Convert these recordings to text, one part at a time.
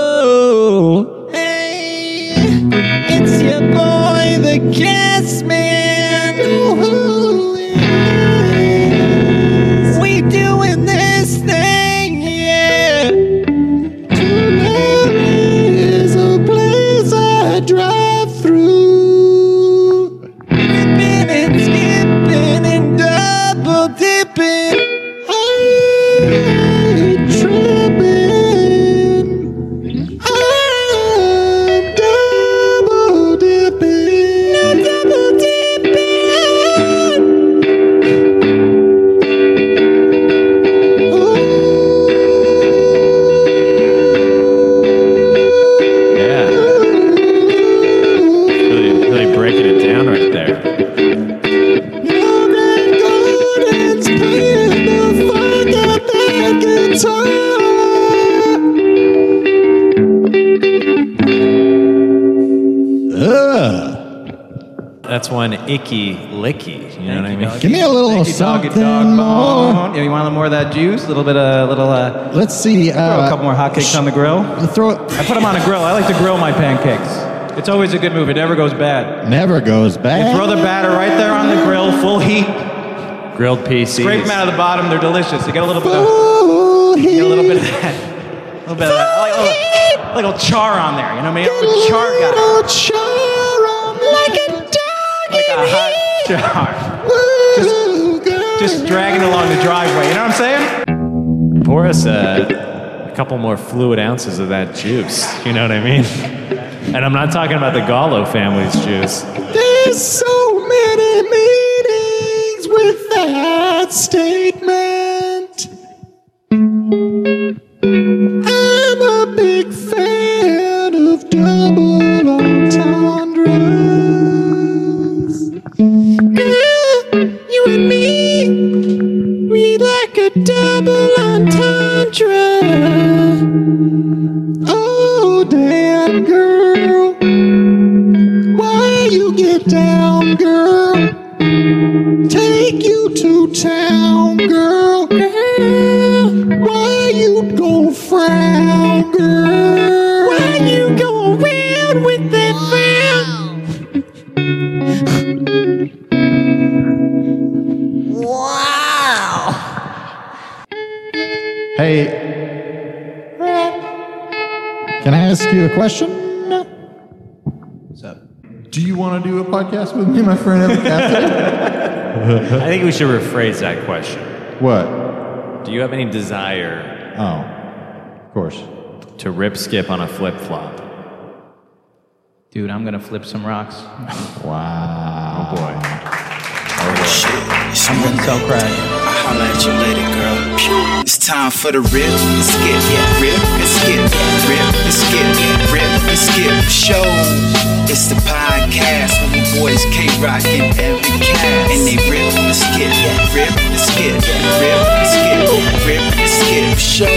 Whoa! Hey, it's your boy, the Gas Man. Who is? We doing this thing, yeah. Tonight is a place I drive through. Ripping and skipping and double dipping. I ain't tripping. I'm double dipping. No double dipping. Yeah. Really, really breaking it down right there. Ugh. That's one icky licky. You know what I mean? Give me a little Thank you, dog and something dog more. bone. Yeah, you want a little more of that juice? A little bit of little. Uh, Let's see. throw Uh, a couple more hotcakes on the grill. Throw it. I put them on a grill. I like to grill my pancakes. It's always a good move. It never goes bad. Never goes You back. throw the batter right there on the grill, full heat. Grilled PCs. Scrape them out of the bottom. They're delicious. They get a little bit of, Ooh, get a little bit of that. A little bit of that. I Like a little, like a little char on there. You know what I mean? I'm a char guy. Little char like a dog Like a in hot char. Just dragging along the driveway. You know what I'm saying? Pour us a, a couple more fluid ounces of that juice. You know what I mean? And I'm not talking about the Gallo family's juice. There's so many meanings with that statement. I'm a big fan of double entendres. Girl, you and me, we like a double entendre. Oh, damn, girl. Why you get down, girl? Take you to town, girl. Why you go frown, girl? Why you go around with that frown? wow. Hey. Can I ask you a question? Do you want to do a podcast with me, my friend? Evan Cassidy? I think we should rephrase that question. what? Do you have any desire Oh, of course. to rip skip on a flip flop? Dude, I'm gonna flip some rocks. Wow. Boy. Shit, it's I'm gonna Monday. sell crack. I'll holla at you later, girl. It's time for the rip and skip, rip and skip, rip and skip, rip and skip show. It's the podcast with my boys K Rock and every cast. And they rip and skip, rip and skip, rip and skip, rip and skip show.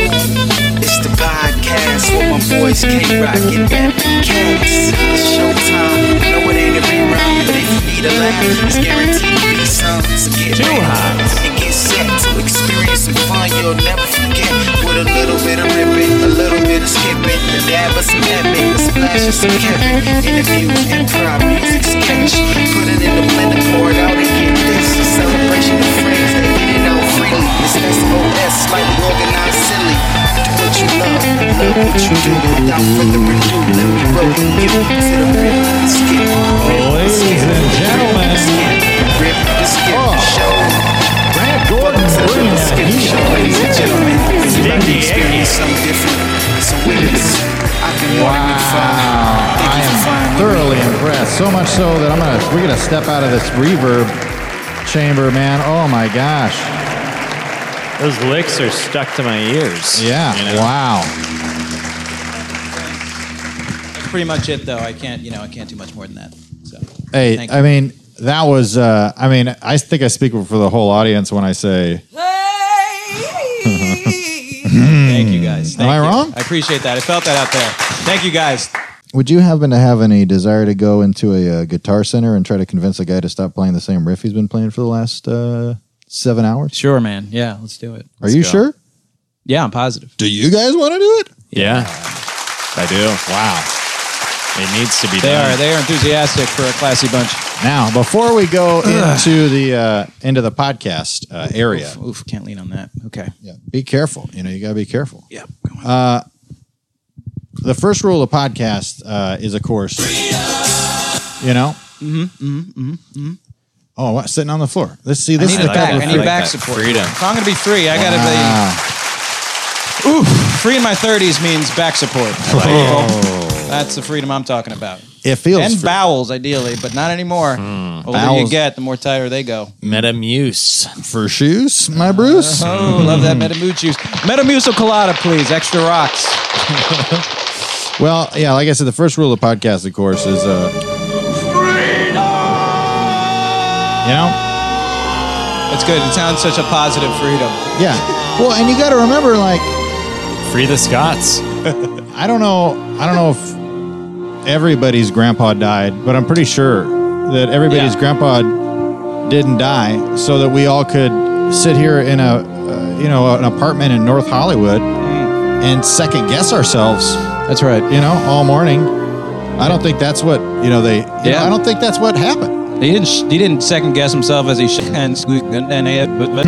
It's the podcast with my boys K Rock and every cast. It's showtime. No, it ain't a rerun, but if you need a laugh, it's guaranteed to be some. So get Too ready hot. and get set to experience some fun you'll never forget. With a little bit of ripping, a little bit of skipping, a dab of some epic, a splash of some Kevin. Interviews, improv, music, sketch. Put it in the blender, pour it out, and get this. A celebration of friends that get it out freely. It's SOS, slightly organized, silly. Do what you love, love what you do. Without further ado, let me welcome you to the rip, and skip, rip, and Ladies skip, and rip, gentlemen. Oh. and skip, rip, and skip show. Grant Gordon Ladies and gentlemen, Stinky Icky. experience something different. So witness, I can wow. I am thoroughly impressed. So much so that I'm gonna we're gonna step out of this reverb chamber, man. Oh my gosh. Those licks are stuck to my ears. Yeah. you know? Wow. That's pretty much it, though. I can't, you know, I can't do much more than that. So, Hey, Thank I mean, that was uh I mean, I think I speak for the whole audience when I say Thank you guys. Thank I you. wrong? I appreciate that. I felt that out there. Thank you guys. Would you happen to have any desire to go into a, uh guitar center and try to convince a guy to stop playing the same riff he's been playing for the last uh seven hours? Sure, man. Yeah, let's do it. Are you go. sure? Yeah, I'm positive. Do you guys want to do it? Yeah. I do. Wow. It needs to be They done. are. They are enthusiastic for a classy bunch. Now, before we go into the uh, into the podcast uh, area, Oof, oof, can't lean on that. Okay. yeah, be careful. You know, you gotta be careful. Uh, Yeah. The first rule of the podcast uh, is, of course, you know. Mm-hmm, mm-hmm, Oh, wow, sitting on the floor. Let's see. This mm-hmm. I need it is the back. couple I of Ah, need free- back support. freedom. If I'm going to be free, I got to Wow. be. Oof. Free in my 30s means back support. That's the freedom I'm talking about. It feels And free. bowels, ideally, but not anymore. The older you Bowels. get, the more tired they go. Metamuse. for shoes, my Bruce. Oh, love that Metamucil juice. Metamucil colada, please. Extra rocks. Well, yeah, like I said, the first rule of the podcast, of course, is uh, You know, That's good. It sounds such a positive freedom. yeah. Well, and you got to remember, like, Free the Scots. I don't know, I don't know if everybody's grandpa died, but I'm pretty sure that everybody's Yeah. grandpa didn't die, so that we all could sit here in a, uh, you know, an apartment in North Hollywood and second guess ourselves. That's right. you know, all morning. I don't think that's what you know. They, yeah. Yeah. I don't think that's what happened. He didn't. Sh- he didn't second guess himself as he sh- and squeak and, and and- but, but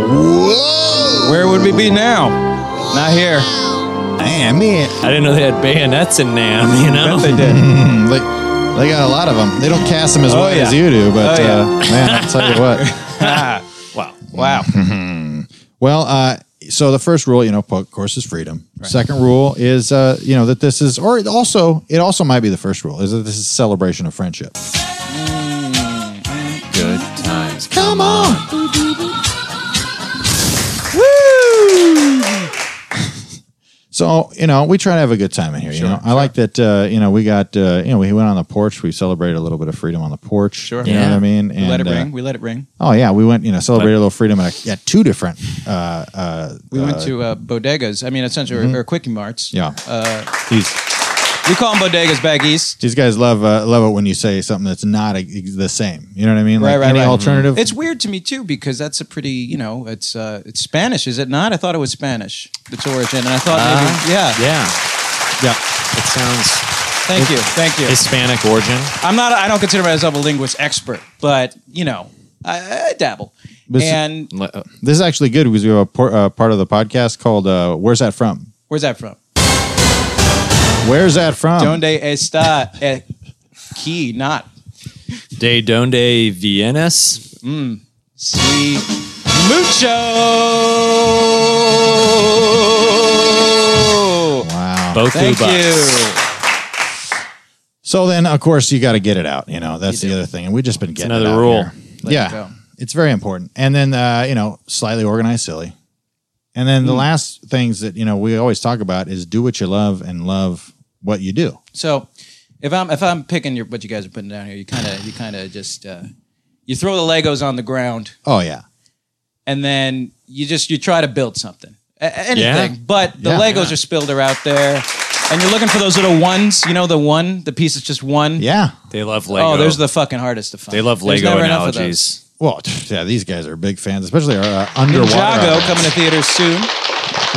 Whoa, where would we be now? Not here. man, man, I didn't know they had bayonets in Nam, you know? They did. Hmm, they, they got a lot of them. They don't cast them as wide yeah. as you do, but Oh, yeah. uh, man, I'll tell you what. Wow. Wow. Well, uh, so the first rule, you know, of course, is freedom. Second rule is, uh, you know, that this is, or it also, it also might be the first rule is that this is a celebration of friendship. Good times. Come on, So you know, we try to have a good time in here. you know, I like that. Uh, you know, we got uh, you know we went on the porch. We celebrated a little bit of freedom on the porch. Sure, you know Yeah. what I mean. And, We let it uh, ring. We let it ring. oh yeah, we went. You know, celebrated a little freedom at, at two different. Uh, uh, We went to uh, bodegas. I mean, essentially, or, or quickie marts. Mm-hmm. yeah, Uh, these We call them bodegas back east. these guys love uh, love it when you say something that's not a, the same. You know what I mean? Like Right, right, any right. alternative. It's weird to me too because that's a pretty, you know, it's uh, it's Spanish, is it not? I thought it was Spanish, its origin, and I thought, maybe, Uh-huh. yeah, Yeah. yeah. It sounds Thank you, thank you. Hispanic origin. I'm not. I don't consider myself a linguist expert, but you know, I, I dabble. This is- and Le- uh, This is actually good because we have a por- uh, part of the podcast called uh, "Where's That From." where's that from? Where's that from? Donde está el key? Not De donde vienes? si mucho. wow. Both Thank bucks. you. So then, of course, you got to get it out. You know, that's the other thing, and we've just been getting another it out rule. here. it Yeah, go. it's very important. And then, uh, you know, slightly organized, silly. And then the Hmm. last things that you know we always talk about is do what you love and love what you do. So if I'm if I'm picking your what you guys are putting down here, you kind of you kind of just uh, you throw the Legos on the ground Oh yeah, and then you just you try to build something, A- a- anything. Yeah. But the Yeah. Legos are spilled are out there, and you're looking for those little ones. You know the one, the piece is just one. yeah. They love Lego. Oh, there's the fucking hardest to find. They love There's Lego never enough of analogies. Well, yeah, these guys are big fans, especially our uh, those. underwater. Ninjago outfits. coming to theaters soon.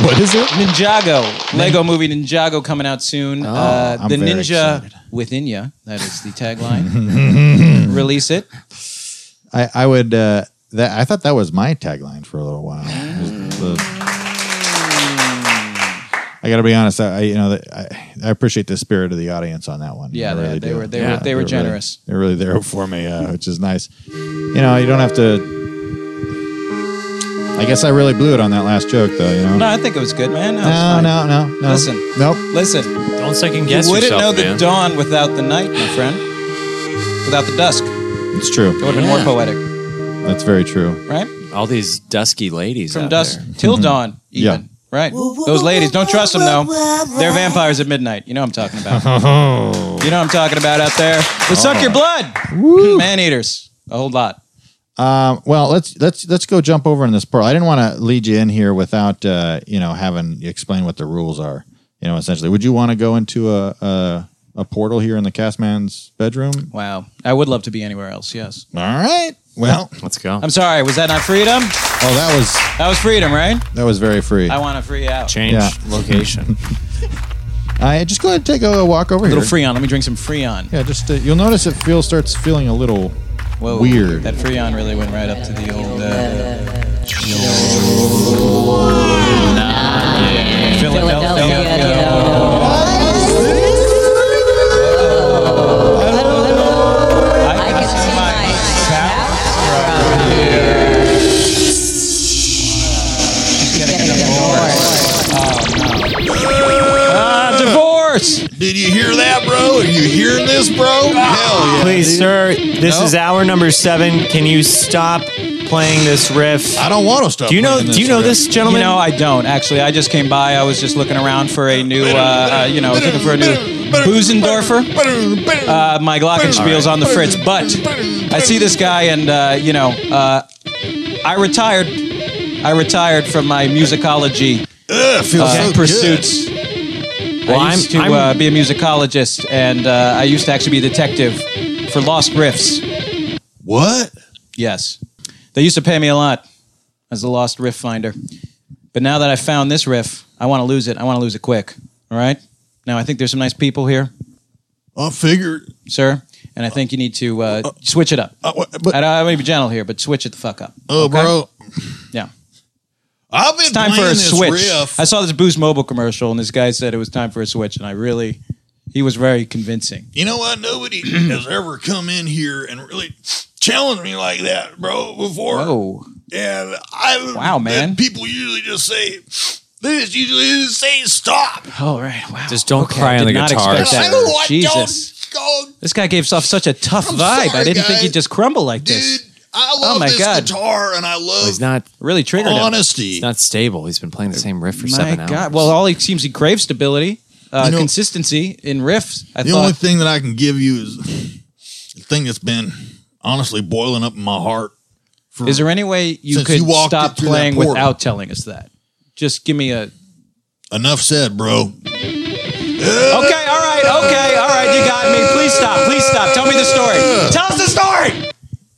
What is it? Ninjago, Lego movie Ninjago coming out soon. uh, Oh, I'm the very Ninja excited. Within Ya, that is the tagline. Release it. I, I would. Uh, that I thought that was my tagline for a little while. Is the- I got to be honest. I I- you know that- I, I appreciate the spirit of the audience on that one. Yeah, I they- really they do. were- they were- they they're were really- generous. they're really there for me, uh, which is nice. You know, you don't have to. I guess I really blew it on that last joke, though. You know. No, I think it was good, man. No, it's no, fine. no, no, no. Listen. Nope. Listen, Don't second you guess wouldn't yourself, know man. the dawn without the night, my friend. Without the dusk, it It's would true. have been Yeah. more poetic, That's very true. right? All these dusky ladies. From out dusk there. Mm-hmm. till dawn, Yeah. even. Right. Those ladies, don't trust them though. They're vampires at midnight. You know what I'm talking about. you know what I'm talking about out there. They suck Oh. your blood. Man eaters. A whole lot. Um, well, let's let's let's go jump over in this part. I didn't want to lead you in here without uh, you know having you explain what the rules are. You know, essentially, would you want to go into a, a a portal here in the cast man's bedroom? Wow. I would love to be anywhere else, yes. All right. Well, Let's go. I'm sorry, was that not freedom? oh, that was That was freedom, right? that was very free. I want to free out. Change Yeah. location. I just go ahead and take a walk over A little here. freon. Let me drink some freon. Yeah, just uh, you'll notice it feels starts feeling a little Whoa, weird. That freon really went right up to the old. Uh, Philadelphia. Oh, I can see my Ah, divorce. Did you hear that, bro? Are you hearing this, bro? Hell Please, sir, this is hour number seven. Can you stop playing this riff? I don't want to stop. Do you know? playing Do you know riff. this gentleman? You know, I don't actually. I just came by. I was just looking around for a new, uh, uh, you know, looking for a new Busendorfer. Uh, my Glockenspiel's on the fritz, but I see this guy, and uh, you know, uh, I retired. I retired from my musicology Ugh, feels uh, so pursuits. Well, I I'm- used to I'm- uh, be a musicologist, and uh, I used to actually be a detective for lost riffs. good. What? Yes. They used to pay me a lot as a lost riff finder. But now that I found this riff, I want to lose it. I want to lose it quick. All right? Now, I think there's some nice people here, I figured. sir. And I think you need to uh, switch it up. Uh, what- I but don't I want to be gentle here, but switch it the fuck up. Uh, oh, bro, Yeah. I've been Time for playing a this switch. riff. I saw this Boost Mobile commercial, and this guy said it was time for a switch. And I really, he was very convincing. You know what? Nobody has ever come in here and really challenged me like that, bro. Before, Oh, and I Wow, the man. People usually just say they just usually just say stop. all right. Wow. Just don't Okay, cry I on the did not guitar. expect I that. don't like Jesus. Don't, This guy gave off such a tough I'm vibe. sorry, I didn't think guys. he'd just crumble like this. dude, I love my this God. guitar and I love He's not Really triggered him. honesty. not stable. He's been playing the same riff for My seven God. hours. Well, all he seems he craves stability, uh, You know- consistency in riffs. I The thought only thing that I can give you is the thing that's been honestly boiling up in my heart. is there any way you Since could you walked stop it through that playing portal. without telling us that? Just give me a. Okay, Enough said, bro. all right, okay, all right. You got me. Please stop. Please stop. Tell me the story. Tell us the story.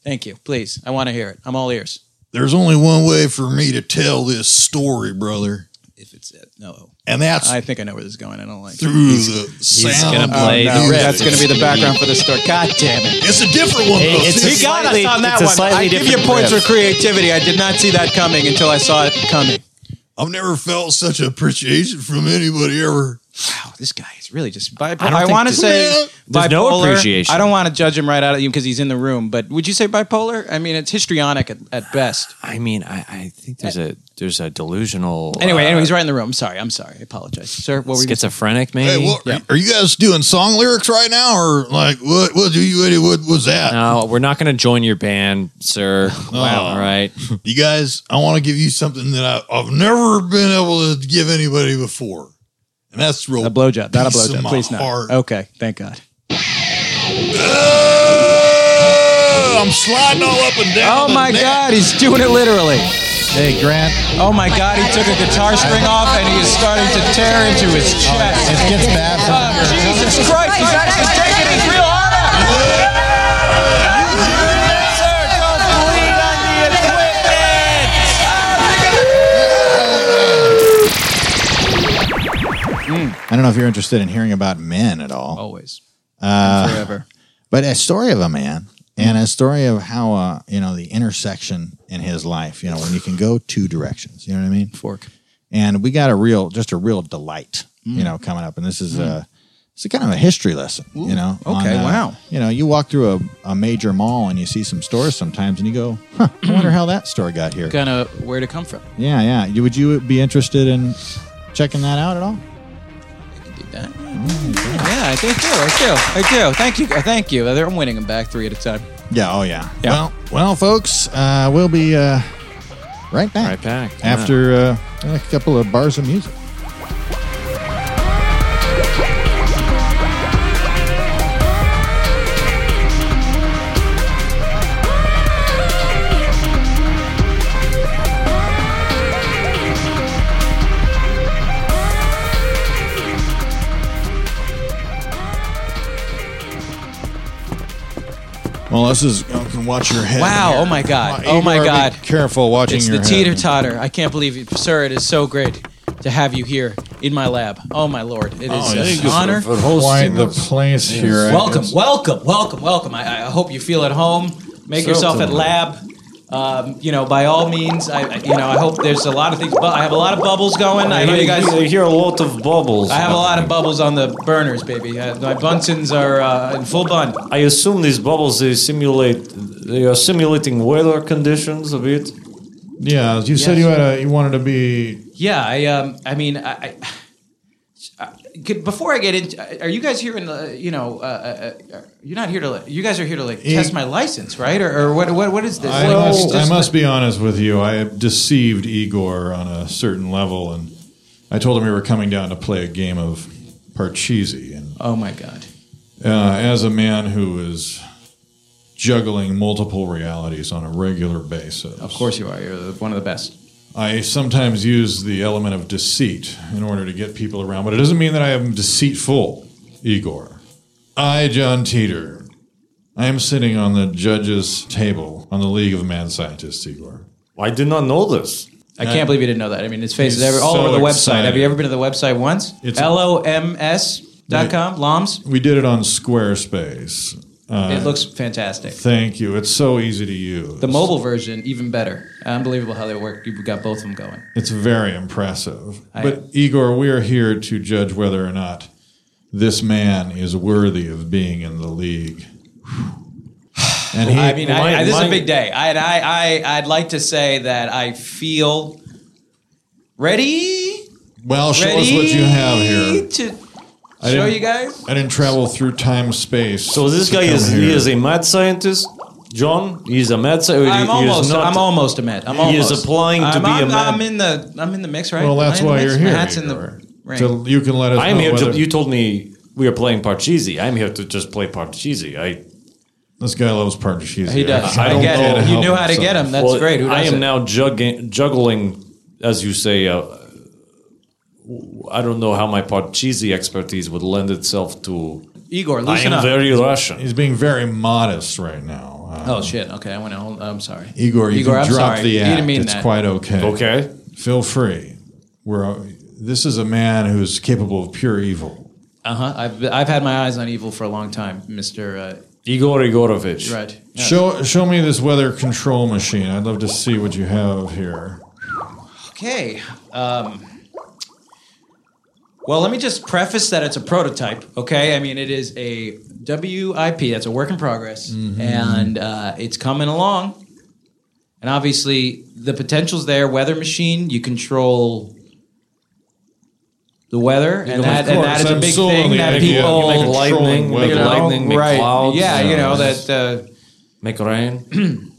Thank you. Please, I want to hear it. I'm all ears. There's only one way for me to tell this story, brother, If it's it, no, and that's I think I know where this is going. I don't like. it. through the sound. gonna play of the music. That's going to be the background for the story. God damn it. It's a different one. though. it's a He got slightly- us on that it's a one. slightly I give you different points riff. for creativity. I did not see that coming until I saw it coming. I've never felt such appreciation from anybody ever. wow, this guy is really just. Bi- don't I, think want to this- say There's no bipolar. appreciation. I don't want to judge him right out of you because he's in the room. But would you say bipolar? I mean, it's histrionic at, at best. I mean, I, I think there's a there's a delusional. Anyway, uh, anyway, he's right in the room. I'm sorry. I'm sorry. I apologize, sir. What were you? gonna say? schizophrenic, maybe. Hey, what, are you guys doing song lyrics right now, or like what? What do you? What was that? No, we're not going to join your band, sir. Wow. All right. You guys, I want to give you something that I, I've never been able to give anybody before, and that's real. A blowjob. Not a Piece of blowjob. my Please not. heart. Okay. Thank God. Oh, I'm sliding all up and down. Oh the my neck. God, he's doing it literally. Hey, Grant, Oh my God, he took a guitar string off and he is starting to tear into his chest. it gets bad. From Oh, Jesus Christ, he's actually taking his real heart out. Sir, don't bleed on the equipment. I don't know if you're interested in hearing about men at all, Always. Forever. but a story of a man and a story of how uh, you know the intersection in his life. You know when you can go two directions. You know what I mean? Fork. Mm. And we got a real, just a real delight. You know, coming up, and this is a. It's a kind of a history lesson, you know. okay, uh, wow. You know, you walk through a, a major mall and you see some stores sometimes, and you go, "Huh, I wonder how that store got here." Kind of where to come from. Yeah, yeah. You- Would you be interested in checking that out at all? Yeah, Mm, I think do. I do. I do. Thank you. Thank you. I'm winning them back three at a time. Yeah. Oh, yeah. Yeah. Well, well, folks, uh, we'll be uh, right back. Right back, yeah. after uh, a couple of bars of music. Well, Melissa's you can watch your head. Wow, oh my God. Oh my You gotta God. be careful watching It's your the head. teeter totter. I can't believe it. Sir, it is so great to have you here in my lab. Oh, my Lord. It is an honor. Hosting the place here. I Welcome, guess. welcome, welcome, welcome. I, I hope you feel at home. Make yourself at lab. Um, you know, by all means, I, I- you know, I hope there's a lot of things. Bu- I have a lot of bubbles going. I know you guys. I hear a lot of bubbles. I have a lot of bubbles on the burners, baby. Uh, my Bunsen's are uh, in full bun. I assume these bubbles they simulate. They are simulating weather conditions a bit. Yeah, you said you had a you wanted to be. Yeah, I, um, I mean, I. I I- could- before I get into, are you guys here in the? You know, uh, uh, uh, you're not here to. like- You guys are here to like test my license, right? Or, or what? What? What is this? I Like, must, just- I must be honest with you. I deceived Igor on a certain level, and I told him we were coming down to play a game of Parcheesi, and Oh my god! uh, as a man who is juggling multiple realities on a regular basis, Of course you are. You're one of the best. I sometimes use the element of deceit in order to get people around, but it doesn't mean that I am deceitful, Igor. I, John Teeter, I am sitting on the judge's table on the League of Mad Scientists, Igor. I did not know this. I can't believe you didn't know that. I mean, his face is He's every, all so over the website. excited. Have you ever been to the website once? It's- LOMS.com, LOMS. We did it on Squarespace. it looks fantastic. Thank you. It's so easy to use. The mobile version, even better. Unbelievable how they work. You've got both of them going. It's very impressive. I- but Igor, we are here to judge whether or not this man is worthy of being in the league. And he, I mean, I, my- I, this is my- a big day. I, I, I, I'd like to say that I feel ready. well, show ready us what you have here. To I show didn't- you guys. I didn't travel through time space. So this to guy come is he here. is a mad scientist. John, he's a mad scientist. I'm almost. I'm almost a med. I'm He is almost. applying to I'm, be a I'm, med. I'm in the. I'm in the mix, right? Well, that's Am I in why the you're mix? here. My hat's in Igor. the ring. So you can let us. I'm know here. whether- To, you told me we are playing Parcheesi. I'm here to just play Parcheesi. I this guy loves partnerships. He does. I I, don't get know it. how You knew how to get him. That's well, great. Who I does am it? now jugging, juggling, as you say. Uh, I don't know how my Parcheesi expertise would lend itself to. Igor, I loosen am up. very Russian. He's being very modest right now. Uh, oh shit. Okay, I went. to hold- I'm sorry. Igor, you Igor, can I'm drop sorry. the You act. didn't mean it's that. quite okay. Okay. Feel free. We're. uh, This is a man who's capable of pure evil. Uh huh. I've I've had my eyes on evil for a long time, Mister uh, Igor Igorovich. Dredd. Yeah. Show show me this weather control machine. I'd love to see what you have here. Okay. Um, well, let me just preface that it's a prototype. Okay, I mean it is a WIP. That's a work in progress, and uh, it's coming along. And obviously, the potential's there. Weather machine, you control the weather, and that, and that is a I'm big sold on thing the that idea of people make lightning, controlling make weather. you know, lightning, make right? clouds, yeah, uh, you know that. Uh, Make rain.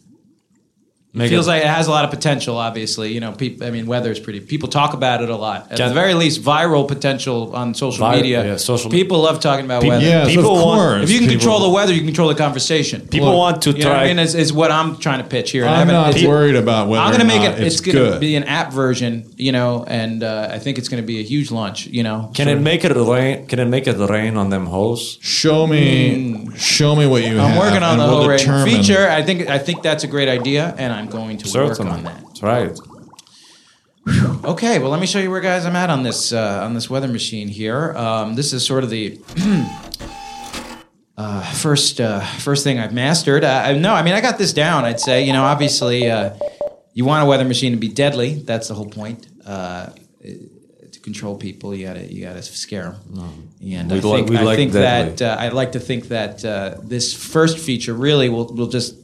make feels it- like it has a lot of potential. Obviously, you know, peop I mean, weather is pretty. People talk about it a lot. At Can- the very least, viral potential on social Vi- media. yeah, social me- people love talking about weather. Yes, People of want- course. If you can people- control the weather, you can control the conversation. People Look, want to you know what try. I mean? Is, is what I'm trying to pitch here. And I I'm haven't- not it's- worried about whether I'm going to or make not it. It's, going to good. be an app version, you know, and uh, I think it's going to be a huge launch. You know, Can it make it rain? Can it make it rain on them hoes? show me show me what you have. I'm working on and the we'll whole rating determine- feature. I think I think that's a great idea, and I'm going to Certainly. work on that. Try it. Okay, well, let me show you where guys I'm at on this uh, on this weather machine here. Um, this is sort of the uh, first uh, first thing I've mastered. Uh, I, no, I mean I got this down. I'd say you know obviously uh, you want a weather machine to be deadly. That's the whole point. Uh, to control people, you gotta you gotta scare them. And I We like- think, we I like think deadly. that uh, I'd like to think that uh, this first feature really will will just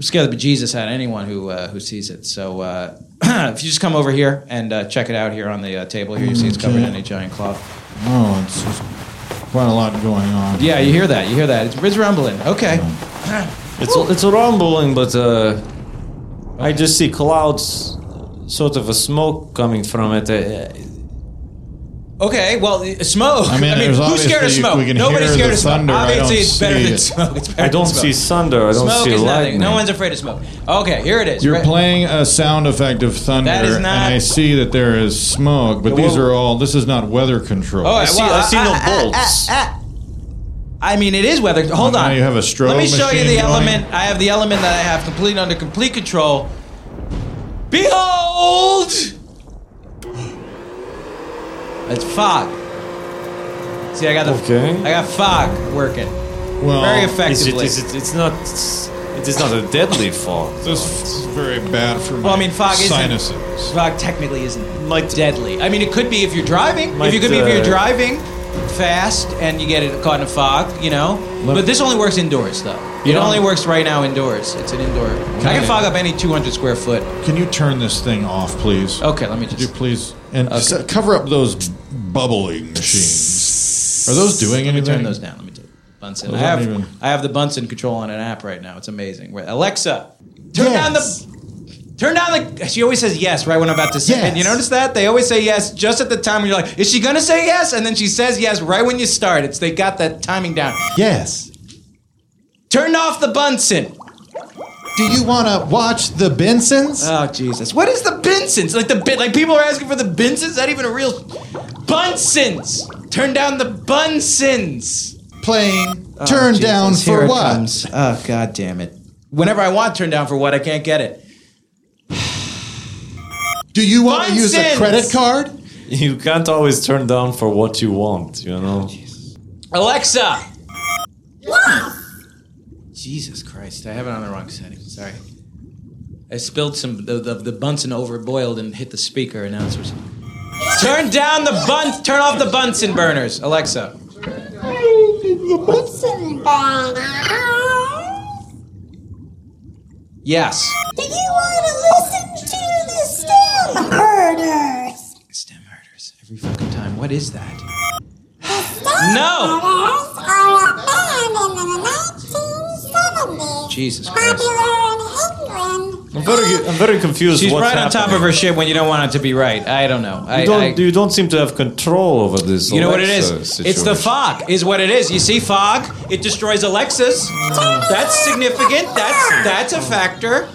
scare the bejesus out of anyone who uh, who sees it. So uh, if you just come over here and uh, check it out here on the uh, table here, you see it's covered in a giant cloth. Oh, it's just quite a lot going on. Yeah, you hear that? You hear that? It's, it's rumbling. Okay. It's it's rumbling, but uh, I just see clouds, sort of a smoke coming from it. Uh, Okay, well, uh, smoke. I I mean, mean, there's who's scared of obviously- smoke? we can Nobody's hear scared the of smoke. thunder, I Obviously, don't it's better see than it. smoke. It's I better than don't smoke. see thunder. I don't Smoke see is lightning. nothing. No one's afraid of smoke. Okay, here it is. You're Right- playing a sound effect of thunder, That is and not- I see that there is smoke, but these well- are all. This is not weather control. Oh, I see, well, I see no ah, ah, bolts. I mean, it is weather. Hold Oh, Now on. you have a strobe Let me show you machine the going. element. I have the element that I have complete under complete control. Behold! It's fog. See, I got the Okay. I got fog working Well, very Is it, effectively. is it, it's not. It's, it is not a deadly fog. This is very bad for Well, I my mean, fog isn't- sinuses. Fog technically isn't Might- deadly. I mean, it could be if you're driving. if Might, you could be if uh, you're driving fast and you get it caught in a fog, you know. but this only works indoors, though. It Yeah. only works right now indoors. It's an indoor. I Kinda. can fog up any 200 square foot. Can you turn this thing off, please? Okay, let me Could you just. please and just, uh, cover up those bubbling machines? Are those doing anything? Turn those down. Let me do it. Bunsen. I Those have aren't even- I have the Bunsen control on an app right now. It's amazing. Where Alexa, turn down Yes. the. Turn down the. She always says yes right when I'm about to say. it. You Yes. notice that they always say yes just at the time when you're like, is she gonna say yes? And then she says yes right when you start. It's they got that timing down. Yes. Turn off the Bunsen. Do you want to watch the Bensons? Uh, Oh Jesus! What is the Bensons? Like the bit? Like people are asking for the Bensons? Is that even a real? Bunsens. Turn down the Bunsens. Playing Uh, Turn Down Jesus, here for it What? comes. Oh god damn it. Whenever I want turn down for what, I can't get it. Do you want to use a Bensons. credit card? You can't always turn down for what you want. You know. Alexa! Jesus Christ, I have it on the wrong setting. Sorry. I spilled some the, the, the Bunsen over boiled and hit the speaker and now it's Turn down the bun turn off the Bunsen burners, Alexa. Do Yes. you want to listen to the STEM herders? Stem murders every fucking time. What is that? The STEM No. herders are a band in the 1970s. Jesus Christ. Popular in England. I'm very. I'm very confused. She's what's right on top happening. of her shit when you don't want it to be right. I don't know. I, You don't, I- you don't seem to have control over this. You know what it is? Alexa It's the situation. fog, is what it is. You see, fog it destroys Alexas. That's significant. That's that's a factor.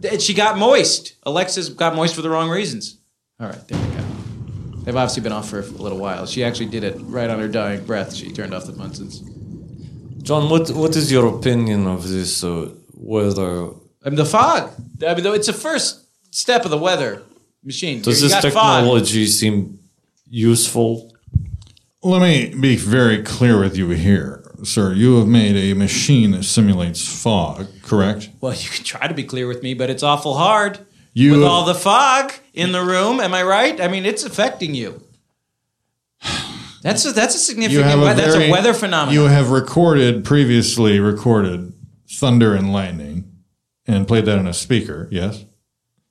That She got moist. Alexa's got moist for the wrong reasons. All right, there we go. They've obviously been off for a little while. She actually did it right on her dying breath. She turned off the Bunsen's. John, what what is your opinion of this uh, weather? I mean, the fog. I mean, though it's the first step of the weather machine. Does You this got fog. technology seem useful? Let me be very clear with you here, sir. You have made a machine that simulates fog, correct? Well, you can try to be clear with me, but it's awful hard. You with have- all the fog in the room. Am I right? I mean, it's affecting you. That's a, that's a you significant. weather that's very- a weather phenomenon. You have recorded previously recorded thunder and lightning, and played that on a speaker. Yes.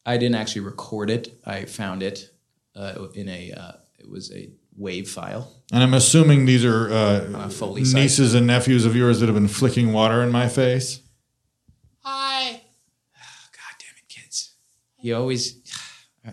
I didn't actually record it. I found it uh, in a. Uh, it was a wave file. And I'm assuming these are uh, Foley site. nieces and nephews of yours that have been flicking water in my face. God damn it, kids! You always.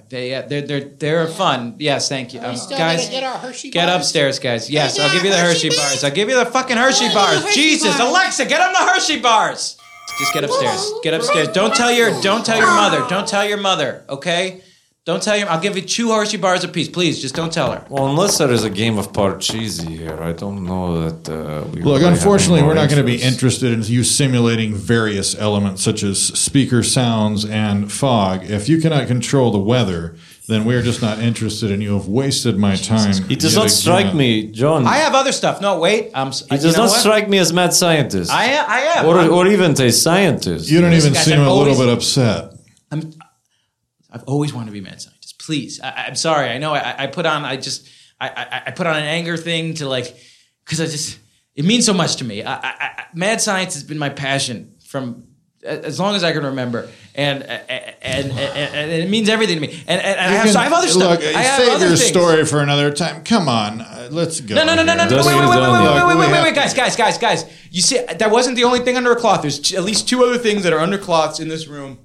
They uh, they're they're they're fun. Yes, thank you, Um, guys. Get, upstairs, guys. Yes, I'll give you the Hershey bars. I'll give you the fucking Hershey bars. Jesus, Alexa, get on the Hershey bars. Just get upstairs. Get upstairs. Don't tell your don't tell your mother. Don't tell your mother. Okay. Don't tell your. I'll give you two Hershey bars apiece. Please, just don't tell her. Well, unless there is a game of Parcheesi here, I don't know that. Uh, we Look, really have unfortunately, any we're more not going to be interest. interested in you simulating various elements such as speaker sounds and fog. If you cannot control the weather, then we're just not interested, and you have wasted my time. It does yet not strike again. me, John. I have other stuff. No, wait. I'm. s- it you does know not what? strike me as mad scientist, I am. I am. or I'm- or even a scientist. You don't even Guys, seem I've a little always- bit upset. I'm, I've always wanted to be a mad scientist. Please, I- I, I'm sorry. I know I, I put on. I just I, I, I put on an anger thing to like because I just it means so much to me. I, I, I, mad science has been my passion from a- as long as I can remember, and and and, and, and it means everything to me. And, and, and I, have, so I have other stuff. Look, I have save other your things. story for another time. Come on, uh, let's go. No, no, no, no, no, no, wait, Dustin wait, wait, wait, Dunn, wait, yeah. wait, wait, wait, wait, Yeah. wait, guys, guys, guys, guys. You see, that wasn't the only thing under a cloth. There's t- at least two other things that are under cloths in this room.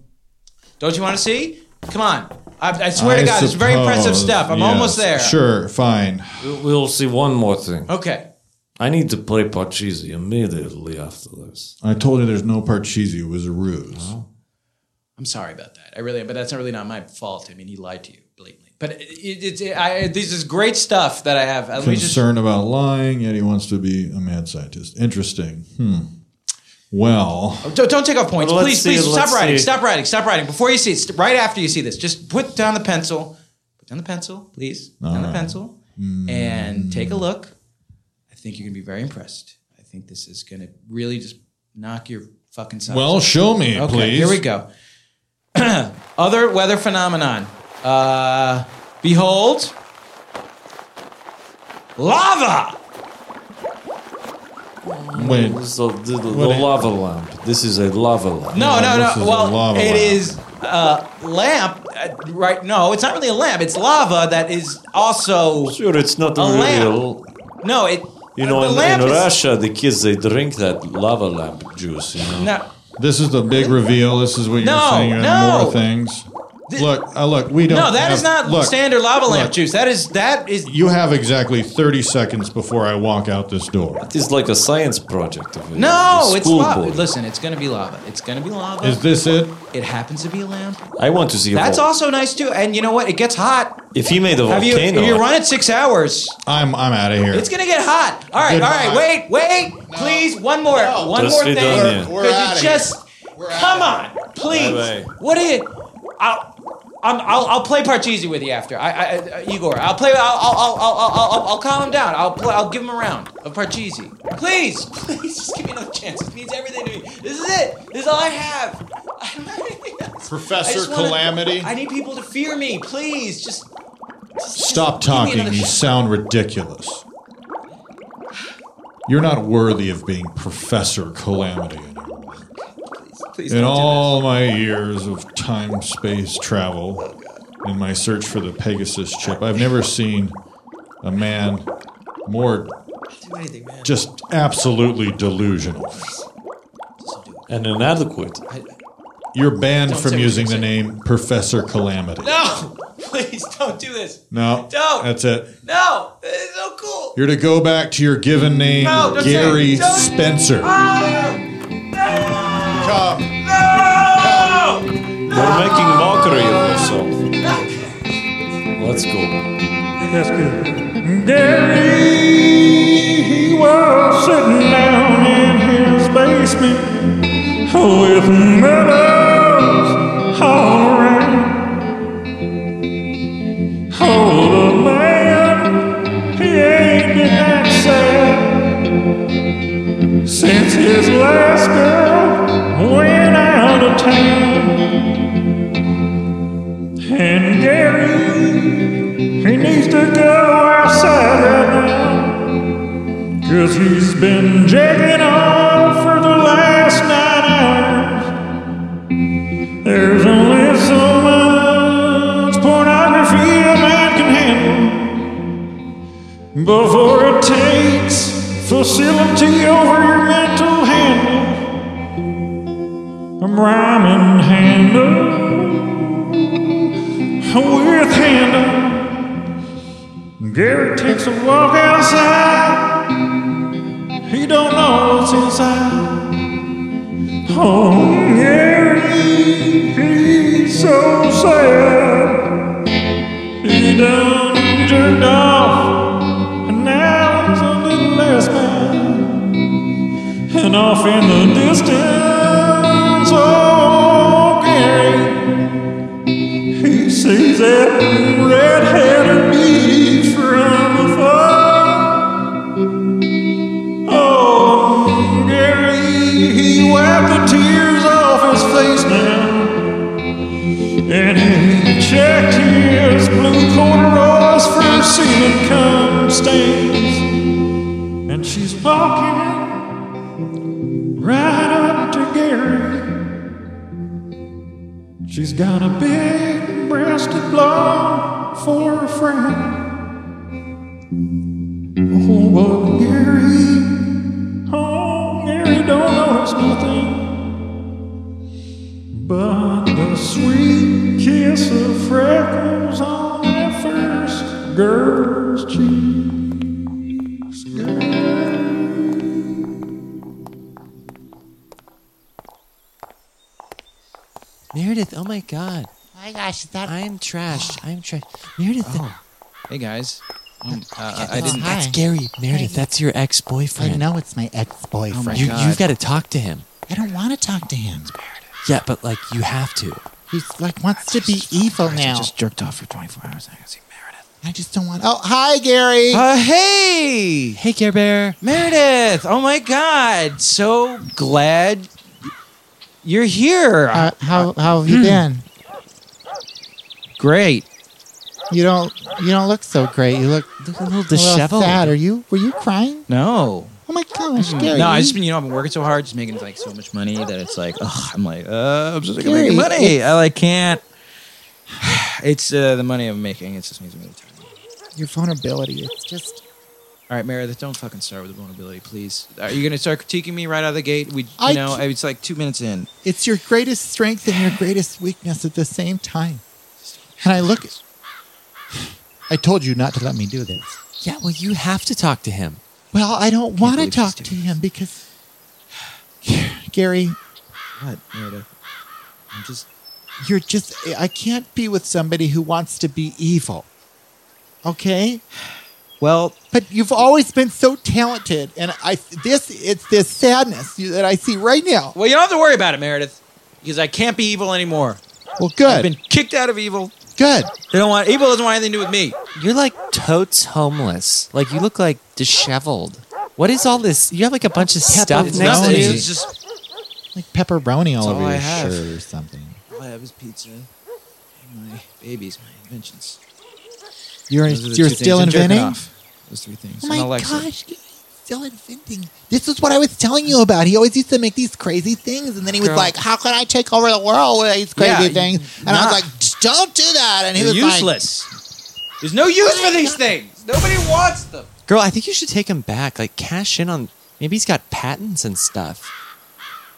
Don't you want to see? Come on. I, I swear to God, it's very impressive stuff. I'm almost there. Sure, fine. We'll see one more thing. Okay. I need to play Parcheesi immediately after this. I told you there's no Parcheesi. It was a ruse. I'm sorry about that. I really, but that's not really not my fault. I mean, he lied to you blatantly. But it, it's it, I, this is great stuff that I have. Uh, Let me just Concerned about lying, yet he wants to be a mad scientist. Interesting. Hmm. Well, don't, don't take off points, Well, let's please. see, please stop let's writing. see. Stop writing. Stop writing. Before you see it, st- right after you see this, just put down the pencil. Put down the pencil, please. Put down the Uh-huh. Alright. pencil, Hmm. and take a look. I think you're gonna be very impressed. I think this is gonna really just knock your fucking socks. well, off. show me, okay, please. here we go. Other weather phenomenon. Uh, behold, lava. Wait, This is a, the, the lava lamp. This is a lava lamp. No, Yeah, no, this is no. a Well, lava it lamp. is a lamp, uh, right? No, it's not really a lamp. It's lava that is also Sure, it's not A lamp. real. no. It You know, the in, lamp in is- Russia, the kids they drink that lava lamp juice. You know? No, this is the big reveal. This is what you're No, saying. and no. More things. Look, uh, look. We don't. no. That have, is not look, standard lava lamp look. juice. That is that is. You have exactly 30 seconds before I walk out this door. It's like a science project. Of, you know, No, the it's school lava. board. Listen, it's gonna be lava. It's gonna be lava. Is this it? it happens to be a lamp. I want to see. That's a vol- also nice too. And you know what? It gets hot. If he made a Have you? volcano, If you run it six hours, I'm I'm out of here. it's gonna get hot. All right, all Goodbye. right. Wait, wait. Please, one more, one Just more be thing. done, yeah. Could We're you outta here. just come on, please. Bye-bye. What is? I'll, I'm, I'll, I'll play Parcheesi with you after. I, I, uh, Igor, I'll play. I'll, I'll, I'll, I'll, I'll, I'll, I'll calm him down. I'll, play, I'll give him a round of Parcheesi. Please, please, just give me another chance. This means everything to me. This is it. This is all I have. I don't have anything else. I Professor just wanna- Calamity. I need people to fear me. Please, just. just- Stop just give me talking. another You shot. sound ridiculous. You're not worthy of being Professor Calamity anymore. Please In don't do this. all my years of time space travel, in my search for the Pegasus chip, I've never seen a man more do anything, man. just absolutely delusional. and inadequate. You're banned Don't say from what using you the said. name Professor Calamity. No, please don't do this. No, Don't. that's it. No, it's so cool. You're to go back to your given name, No, don't say- Ah! Gary don't- Spencer. Come. We're making mockery of ourselves. Let's go. That's good. Gary, he was sitting down in his basement with meadows all around. Oh, the man, he ain't been that sad since his last girl went out of town. And Gary. He needs to go outside right now. Cause he's been jacking off for the last nine hours. There's only so much pornography a man can handle before it takes facility over your mental handle. I'm rhyming handle with handle. Gary takes a walk outside. He don't know what's inside. Oh, Gary, he's so sad. He done jerked off, and now he's a little less man. And off in the distance, oh, Gary. He sees that red-headed bee from afar. Oh, Gary, he wiped the tears off his face now, and he checked his blue corduroys for ceiling cum stains. And she's walking right up to Gary. She's got a big breasted blow for a friend. Oh, but Gary, oh, Gary don't notice nothing but the sweet kiss of freckles on that first girl's cheek. Meredith, oh my God. I my gosh, that I'm trashed. I'm trashed. Meredith. Hey guys. Um, uh, I didn't. That's Gary, Meredith. That's your ex-boyfriend. I know it's my ex-boyfriend. You- you, you've have got got to. to talk to him. I don't want to talk to him. Yeah, but like you have to. He's like wants to be evil now. I just jerked off for 24 hours. I gotta see Meredith. I just don't want. Oh, hi, Gary. Uh, hey. Hey, Care Bear. Meredith. Oh my God. So glad you're here. Uh, how how have you been? Great. You don't you don't look so great. You look, a little disheveled. sad. Are you were you crying? No. Oh my gosh, Gary. Hmm. No, I just been, you know I've been working so hard, just making like so much money that it's like ugh, I'm like uh, I'm just like Gary, making money. it's- I like can't. It's uh, the money I'm making. It just makes me really tired. your vulnerability. It's just All right, Meredith, don't fucking start with the vulnerability, please. Are you gonna start critiquing me right out of the gate? We, you I know, ca- it's like two minutes in. it's your greatest strength and your greatest weakness at the same time. And I look I told you not to let me do this. Yeah, well, you have to talk to him. Well, I don't want to talk to him because Gary, What, Meredith? I'm just. you're just I can't be with somebody who wants to be evil. Okay? Well, but you've always been so talented and I this it's this sadness you- that I see right now. Well, you don't have to worry about it, Meredith, because I can't be evil anymore. Well, good. I've been kicked out of evil. Good. They don't want evil. Doesn't want anything to do with me. You're like totes homeless. Like you look like disheveled. What is all this? You have like a bunch of stuff Pepperoni. next to you. It's just Like pepperoni all That's over all I your have. shirt or something. all I have is pizza, and my babies, my inventions. You're Those are the you're two things still I'm jerking inventing. off. Those three things. And Oh my Alexa. gosh, he's still inventing. This is what I was telling you about. He always used to make these crazy things, and then he was Girl. like, "How can I take over the world with these Yeah, crazy you- things?" And I nah. was like, "Just "Don't do that." And he They're was like, useless. There's no use for these things. Nobody wants them. Girl, I think you should take him back. Like cash in on maybe he's got patents and stuff.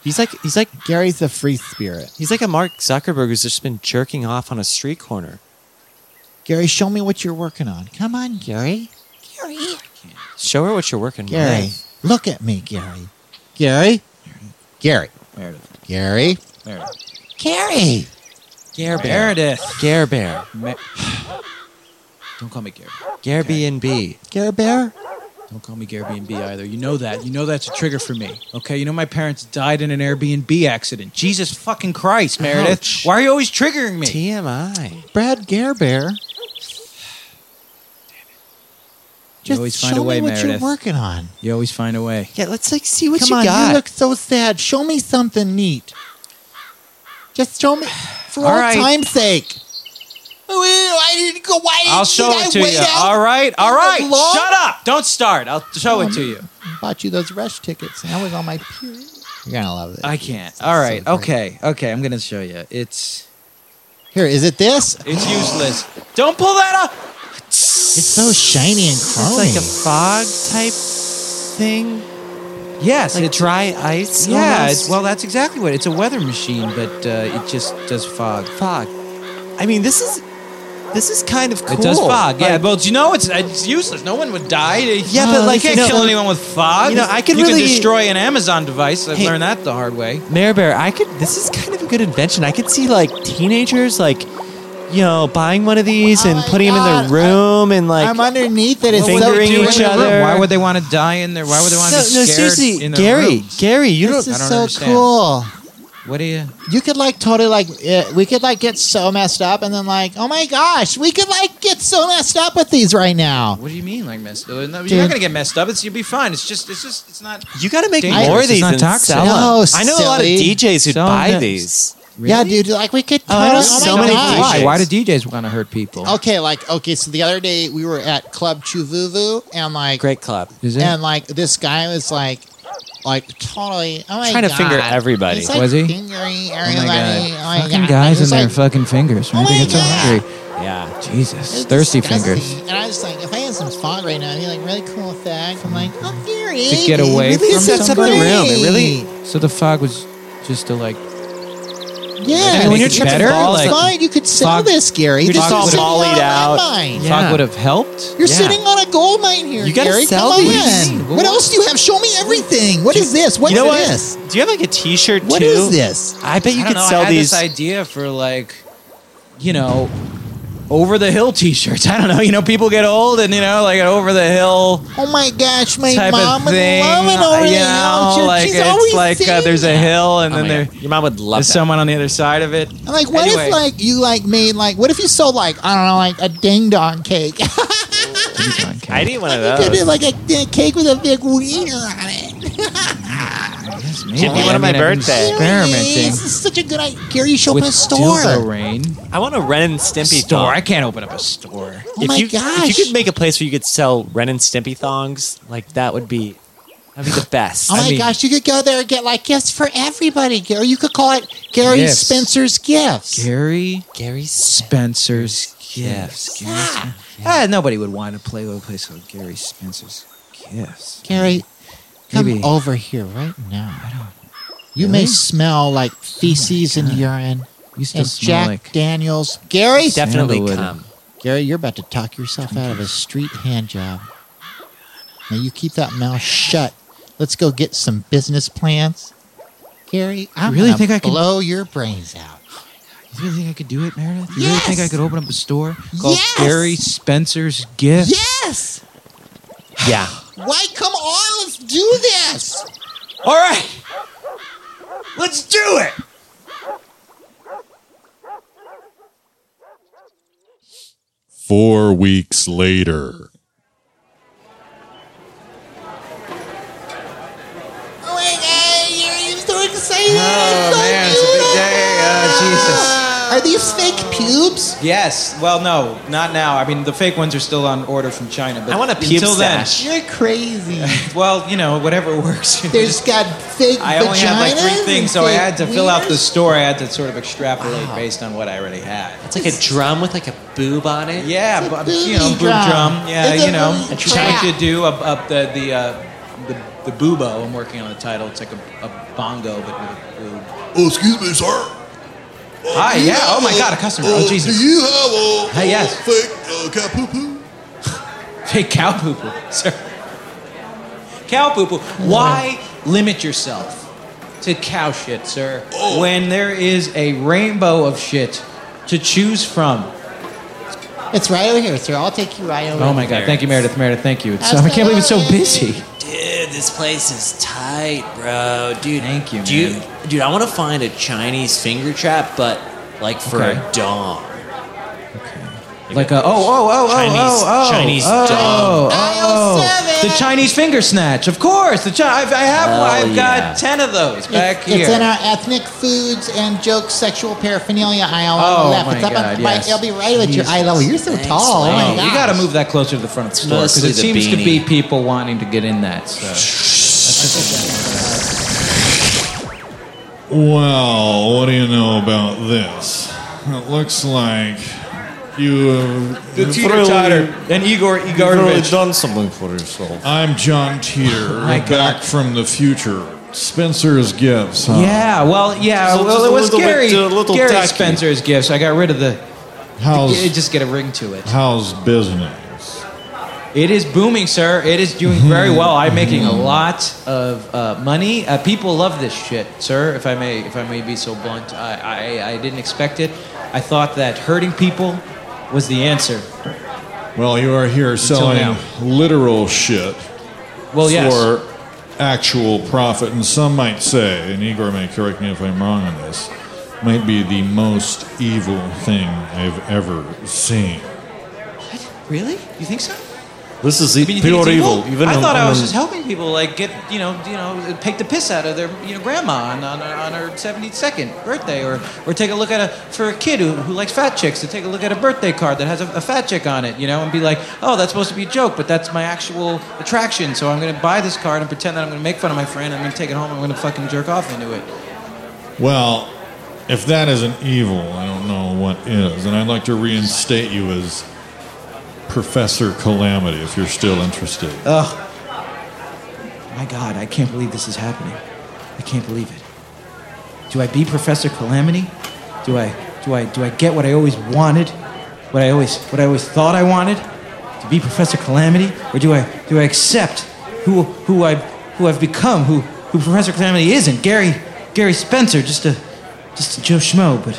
He's like he's like Gary's a free spirit. He's like a Mark Zuckerberg who's just been jerking off on a street corner. "Gary, show me what you're working on. Come on, Gary. Show her what you're working Gary, with. look at me, Gary. Gary, Gary, Gary, Gary, Gare Bear. Meredith. Gare Bear. Me- Don't call me Gare. Gare B and B. Gare Bear. Don't call me Airbnb either. You know that. You know that's a trigger for me. Okay. You know my parents died in an Airbnb accident. Jesus fucking Christ, Meredith. Why are you always triggering me? TMI. Brad Gare Bear. You Just always show find a way, me what Meredith. you're working on." You always find a way. Yeah, let's like see what Come you on, got. you look so sad. Show me something neat. Just show me for all, All right. time's sake. I didn't go. Why I'll show did it I to wait you. out All right. All in the right. lawn? Shut up. Don't start. I'll show it to you. Bought you those rush tickets. and I was on my period. You're gonna love this. I can't. All right. Okay. Okay. I'm gonna show you. It's Here, is it this? it's useless. Don't pull that up. It's so shiny and It's chrome. like a fog type thing. Yes. Like it's dry ice. Yeah, almost? it's, well, that's exactly what it's a weather machine, but uh, it just does fog. fog. I mean, this is this is kind of cool. It does fog. Yeah, Like, well, you know it's it's useless. No one would die. Yeah, but, like, you can't you know- kill anyone with fog. You know, I could you really- could destroy an Amazon device. I've Hey. learned that the hard way. Mare Bear, I could. This is kind of a good invention. I could see like teenagers like. You know, buying one of these Oh and my putting them in God, their room and like I'm underneath it. It's Well, so fingering cute. each other. Why would they want to die in there? Why would they want to no, be no, scared seriously, in their Gary, rooms? Gary, you This don't. is I don't so understand. cool. What do you? You could like totally like uh, we could like get so messed up and then like oh my gosh we could like get so messed up with these right now. What do you mean, like messed? No, you're not Dude. gonna get messed up. It's you'll be fine. It's just, it's just, it's not. You got to make Dangerous. more of It's these not and toxic. sell 'em. No, I know a lot of silly. DJs who Sell buy them. these. Yeah, dude. Like we could. Oh, I know totally- so oh my many gosh. DJs. Why? Why do DJs want to hurt people? Okay, like okay, so the other day we were at Club Chuvuvu and like Great club. Is it? and like this guy was like like totally oh my Trying to God. finger everybody. He's, like, Was he? fingering Oh my everybody. god! Oh my fucking God. guys It was, and their like, fucking fingers. Why Oh do they my get so God. hungry? Yeah. Jesus, It's thirsty disgusting. fingers. And I was like, if I had some fog right now, I'd be like really cool effect. I'm like, oh, here he To get away really from sets somebody? up the Room, it really- So the fog was just to like Yeah, I mean, when you're tripping better, balls, like- fine. You could sell Fog- this, Gary. You're just This all is sitting on mollied my out. mind. Yeah. fog would have helped. You're Yeah. sitting on a gold mine here, You gotta Gary. sell Come these. on. What else do you have? Show me everything. What is this? What's you know what? this? Do you have like a T-shirt What too? is this? I bet you I don't could know, I sell had these. This idea for like you know, over the hill T-shirts. I don't know. You know, people get old, and you know, like an over the hill Oh my gosh, my type mom of would thing. love it over you the hill. know, She- like She's it's always like uh, saying there's a that. hill, and then there Oh your mom would love there's someone on the other side of it. I'm like, what Anyway. if like you like made like what if you sold like I don't know like a ding dong cake? I need one of You could do those. like a, a cake with a big wiener on it. Should be one of my birthdays. Experimenting. This is such a good idea. Gary, you should open a store. Oh rain. I want a Ren and Stimpy Store. Thong. I can't open up a store. Oh my you, gosh. If you could make a place where you could sell Ren and Stimpy thongs, like that would be, that'd be the best. Oh my I mean, gosh, you could go there and get like gifts for everybody, Gary. You could call it Gary Gifts. Spencer's Gifts. Gary Gary Spencer's gifts. Gary Yeah. Spen- Ah, nobody would want to play with a place called Gary Spencer's gifts. Gary, come Maybe. over here right now. You may smell Oh like feces and urine. You still and smell Jack like- Daniels. Gary, definitely Sandalwood. come. Gary, you're about to talk yourself out of a street hand job. Now you keep that mouth shut. Let's go get some business plans. Gary, I really think I can- blow your brains out. You really think I could do it, Meredith? You Yes! really think I could open up a store called Yes! Gary Spencer's Gifts? Yes! Yeah. Why? Come on, let's do this. All right, let's do it. Four weeks later. Oh my God, Gary, I'm so excited. Oh It's so man, it's a big day. Oh beautiful. Are these fake pubes? Jesus. Yes. Well, no, not now. I mean, the fake ones are still on order from China. But I want a pube until then, stash. You're crazy. well, you know, whatever works. There's got fake I only had like vaginas three and things, so I fake had to fill out the wieners? store. I had to sort of extrapolate based on what I already had. It's like a drum with like a boob on it. Yeah, It's a but, you know, booby boob drum. drum. Yeah, It's a you know, booby I trap. tried to do up, up the the, uh, the the boobo. I'm working on a title. It's like a, a bongo, but with a boob. Oh, excuse me, sir. Hi, Do you yeah. Oh have my a- uh, God, a customer. Oh Do Jesus. you have a Hey, yes. a fake uh, cat poo poo? Hey, cow poo poo, sir. Cow poo poo. Why limit yourself to cow shit, sir? Oh. When there is a rainbow of shit to choose from. It's right over here, sir. I'll take you right over. Oh my God! Thank you, Meredith. Meredith, thank you. It's, I can't believe it's so busy. Dude, this place is tight, bro. Dude, Thank you, do you, man. dude, I want to find a Chinese finger trap, but like for Okay. a dong. Like a oh oh oh oh Chinese- oh oh Chinese oh, dong. oh, Aisle oh. seven. the Chinese finger snatch, of course. The Chi- I've, I have one. Hell I've yeah. got ten of those back it's, here. It's in our ethnic foods and joke sexual paraphernalia aisle on Oh the left. my it's up on God, the right. yes. It'll be right at your eye level. You're so Thanks, tall. Oh my Oh, Lane. gosh. you got to move that closer to the front of the store because Mostly it the seems to beanie. be people wanting to get in that. So. Well, what do you know about this? It looks like you. have- The teeter-totter and Igor You've really Igorovich. done something for yourself. I'm John Teeter, Oh my back from the future. Spencer's Gifts, huh? Yeah, well, yeah, Just a- well, just it a was little Gary, bit, uh, little Gary tacky. Spencer's gifts. I got rid of the. It How's, just get a ring to it. how's business? It is booming, sir. It is doing very well. I'm making a lot of uh, money. Uh, people love this shit, sir. If I may, if I may be so blunt, I, I, I didn't expect it. I thought that hurting people was the answer. Well, you are here selling now. literal shit Well, yes. for actual profit, and some might say, and Igor may correct me if I'm wrong on this, might be the most evil thing I've ever seen. Really? You think so? This is I mean, you think pure it's evil. Even I on- thought I on was an- just helping people, like get you know, you know, take the piss out of their you know grandma on, on, on her seventy second birthday, or or take a look at a for a kid who, who likes fat chicks to take a look at a birthday card that has a, a fat chick on it, you know, and be like, oh, that's supposed to be a joke, but that's my actual attraction, so I'm gonna buy this card and pretend that I'm gonna make fun of my friend, I'm gonna take it home, I'm gonna fucking jerk off into it. Well, if that isn't evil, I don't know what is. And I'd like to reinstate you as Professor Calamity if you're still interested. Ugh. My God, I can't believe this is happening. I can't believe it. Do I be Professor Calamity? Do I do I do I get what I always wanted? What I always what I always thought I wanted? To be Professor Calamity? Or do I do I accept who who I who I've become, who who Professor Calamity isn't? Gary Gary Spencer, just a just a Joe Schmo, but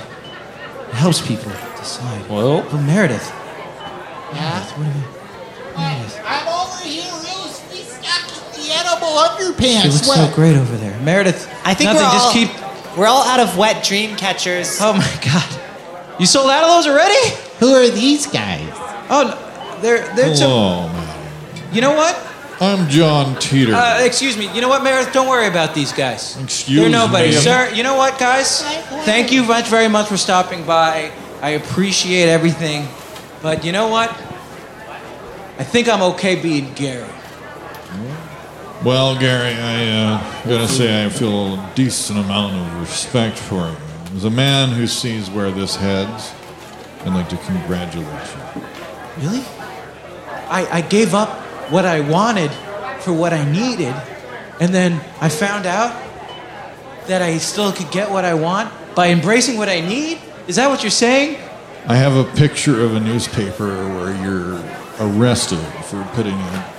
helps people. decide. Well, oh, Meredith. Yeah. What are you? I'm over here loosely stuck in the edible underpants. She looks so great over there, Meredith. I think nothing. we're just all, keep. We're all out of wet dream catchers. Oh my god! You sold out of those already? Who are these guys? Oh, no, they're they're. to- Hello, man. you know what? I'm John Teeter. Uh, excuse me. You know what, Meredith? Don't worry about these guys. Excuse They're nobody, me. sir. You know what, guys? Thank you much, very much for stopping by. I appreciate everything, but you know what? I think I'm okay being Gary. Well, Gary, I uh, gotta say I feel a decent amount of respect for you. As a man who sees where this heads, I'd like to congratulate you. Really? I, I gave up what I wanted for what I needed, and then I found out that I still could get what I want by embracing what I need. Is that what you're saying? I have a picture of a newspaper where you're arrested for putting a,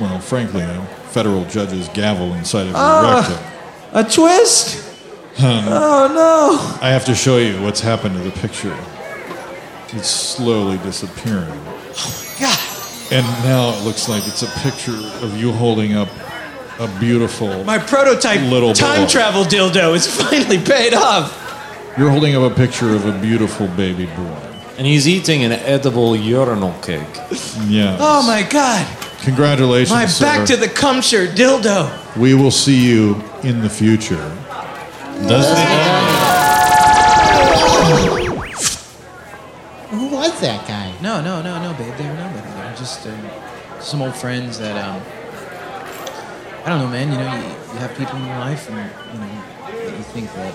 well, frankly, a federal judge's gavel inside of your rectum. Ah, a twist? And Oh I have to show you what's happened to the picture. It's slowly disappearing. God. And now it looks like it's a picture of you holding up a beautiful. no! My prototype Little time boy. travel dildo is finally paid off. You're holding up a picture of a beautiful baby boy. And he's eating an edible urinal cake. Yeah. Oh my god! Congratulations. My back sir. to the cum shirt dildo. We will see you in the future. Who was that guy? No, no, no, no, babe. They were nobody. They were just uh, some old friends that um. I don't know, man. You know, you, you have people in your life, and you know, that you think that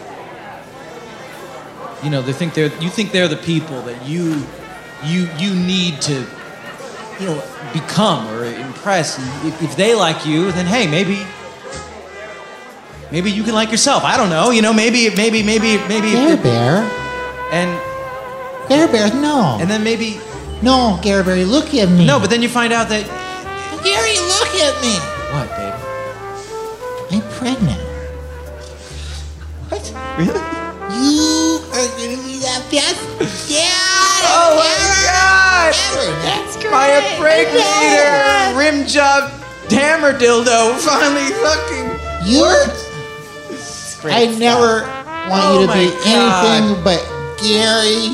you know they think they're you think they're the people that you you you need to you know become or impress. And If, if they like you, then hey, maybe. Maybe you can like yourself. I don't know. You know, maybe, maybe, maybe, maybe. Bear Bear? And Bear Bear, no. and then maybe No, Gary Bear, look at me. no, but then you find out that Gary, look at me. what, babe? I'm pregnant. What? Really? You are gonna be the best dad Oh ever. my ever. That's god! My impregnator Yeah. rim job hammer dildo finally fucking You're. I never want Oh you to my be God. anything but Gary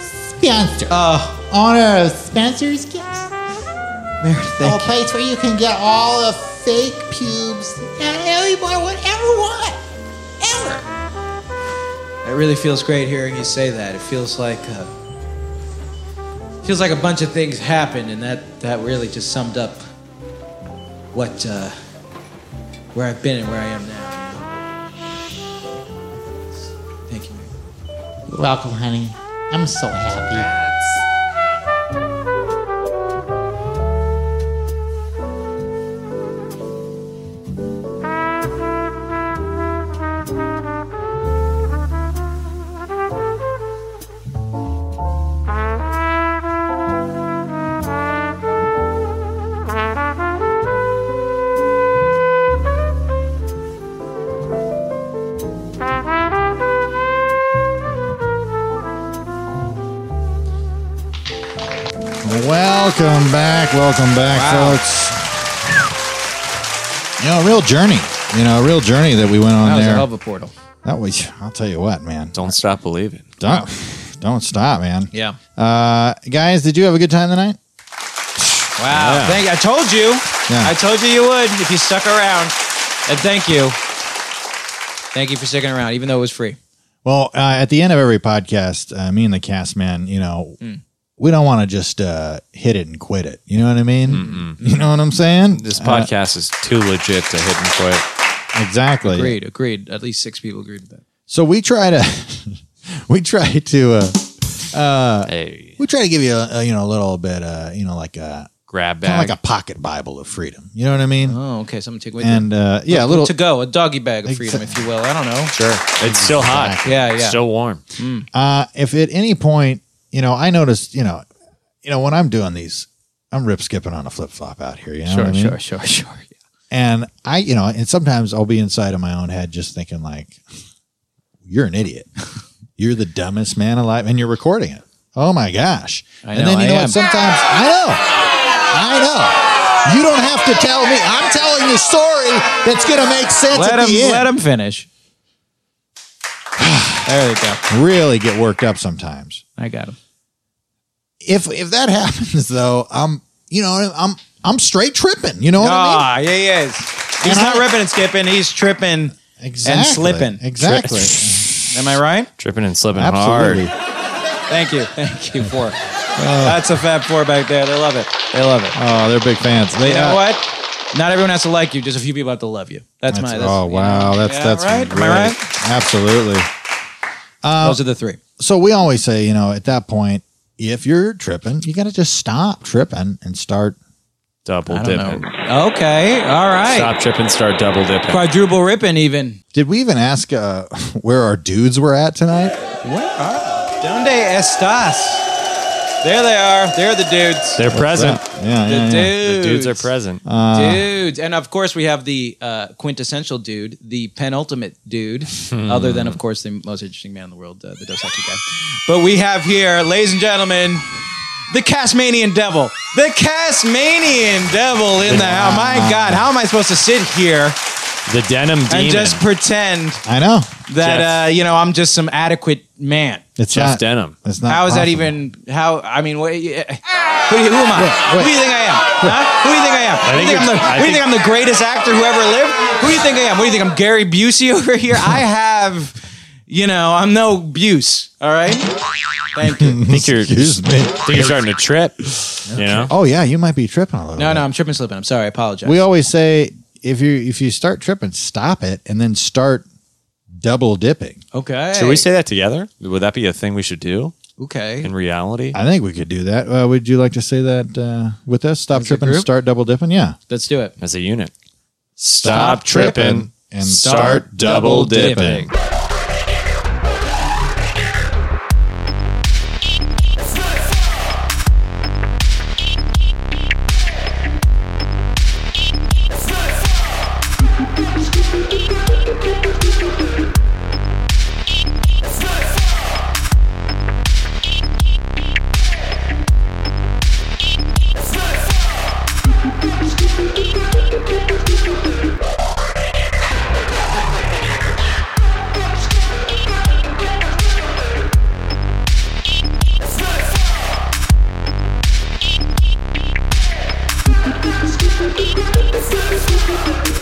Spencer. Oh. Owner of Spencer's Gifts. Meredith, a place where you can get all the fake pubes that everybody would ever want. Ever. It really feels great hearing you say that. It feels like uh, feels like a bunch of things happened, and that that really just summed up what uh, where I've been and where I am now. Thank you. Meredith. Welcome, honey. I'm so happy. Welcome back, welcome back, folks. You know, a real journey. You know, a real journey that we went on That was a there. hell of a portal. That was, I'll tell you what, man. Don't stop believing. Don't, don't stop, man. Yeah. Uh, guys, did you have a good time tonight? Wow. Yeah. Thank I told you. Yeah. I told you you would if you stuck around. And thank you. Thank you for sticking around, even though it was free. Well, uh, at the end of every podcast, uh, me and the cast man, you know, we don't want to just uh, hit it and quit it. You know what I mean? You know what I'm saying? This Uh, podcast is too legit to hit and quit. exactly. Agreed, agreed. At least six people agreed with that. So we try to, we try to, uh, uh, we try to give you a, a, you know a little bit, uh, you know, like a Grab kind bag. of like a pocket Bible of freedom. You know what I mean? Oh, okay. Something to take with And you. uh, yeah, a little. to go, a doggy bag of freedom, if you will. I don't know. Sure. It's still hot. Yeah, yeah. It's still warm. Uh, if at any point, you know, I noticed, you know, you know, when I'm doing these, I'm rip skipping on a flip flop out here. You know what I sure, mean? sure. And I, you know, and sometimes I'll be inside of my own head just thinking like, you're an idiot. You're the dumbest man alive, and you're recording it. Oh my gosh! I and know, then you I know am. what? Sometimes I know, I know. You don't have to tell me. I'm telling the story that's going to make sense let at him the end. let him finish. there you go. Really get worked up sometimes. I got him. If if that happens though, I'm you know I'm I'm straight tripping. You know what I mean? Ah, yeah, he is. He's not ripping and skipping. He's tripping and Exactly. slipping. Exactly. Am I right? Tripping and slipping Absolutely. hard. Thank you. Thank you for. That's a fab four back there. They love it. They love it. Oh, they're big fans. They you know uh, what? Not everyone has to like you. Just a few people have to love you. That's, my. That's, oh you know, wow, that's yeah, that's right. Am I great. right? Absolutely. Um, Those are the three. So we always say, you know, at that point, if you're tripping, you got to just stop tripping and start double dipping. Okay. All right. Stop tripping, start double dipping. Quadruple ripping even. Did we even ask uh, where our dudes were at tonight? Where are Donde estas? There they are. They're the dudes. They're present. Yeah, The dudes. The dudes are present. dudes. And of course, we have the uh, quintessential dude, the penultimate dude, other than, of course, the most interesting man in the world, uh, the Dos Equis guy. But we have here, ladies and gentlemen, the Casmanian Devil. The Casmanian Devil in the house. My God, how am I supposed to sit here The denim demon. and just pretend I know. that, uh, you know, I'm just some adequate man? It's Jeff not- Denham. It's not. how is that possible. even? How I mean, what, who, do you, who am I? Wait, wait. Who do you think I am? Huh? Who do you think I I am? Who do you think think I'm the, it's- I who do you think think- I'm the greatest actor who ever lived? Who do you think I am? What do you think I'm Gary Busey over here? I have, you know, I'm no Buse. All right. Thank you. think you're, Excuse me. think you're starting to trip. You know? Oh yeah, you might be tripping a little. No, no, I'm tripping, slipping. I'm sorry. I apologize. We always say if you if you start tripping, stop it, and then start double dipping. okay. Should we say that together? Would that be a thing we should do Okay. in reality? I think we could do that. Uh, would you like to say that uh, with us? Stop As a tripping, group? start double dipping. Yeah. Let's do it. As a unit. Stop tripping and start double dipping. Thank you.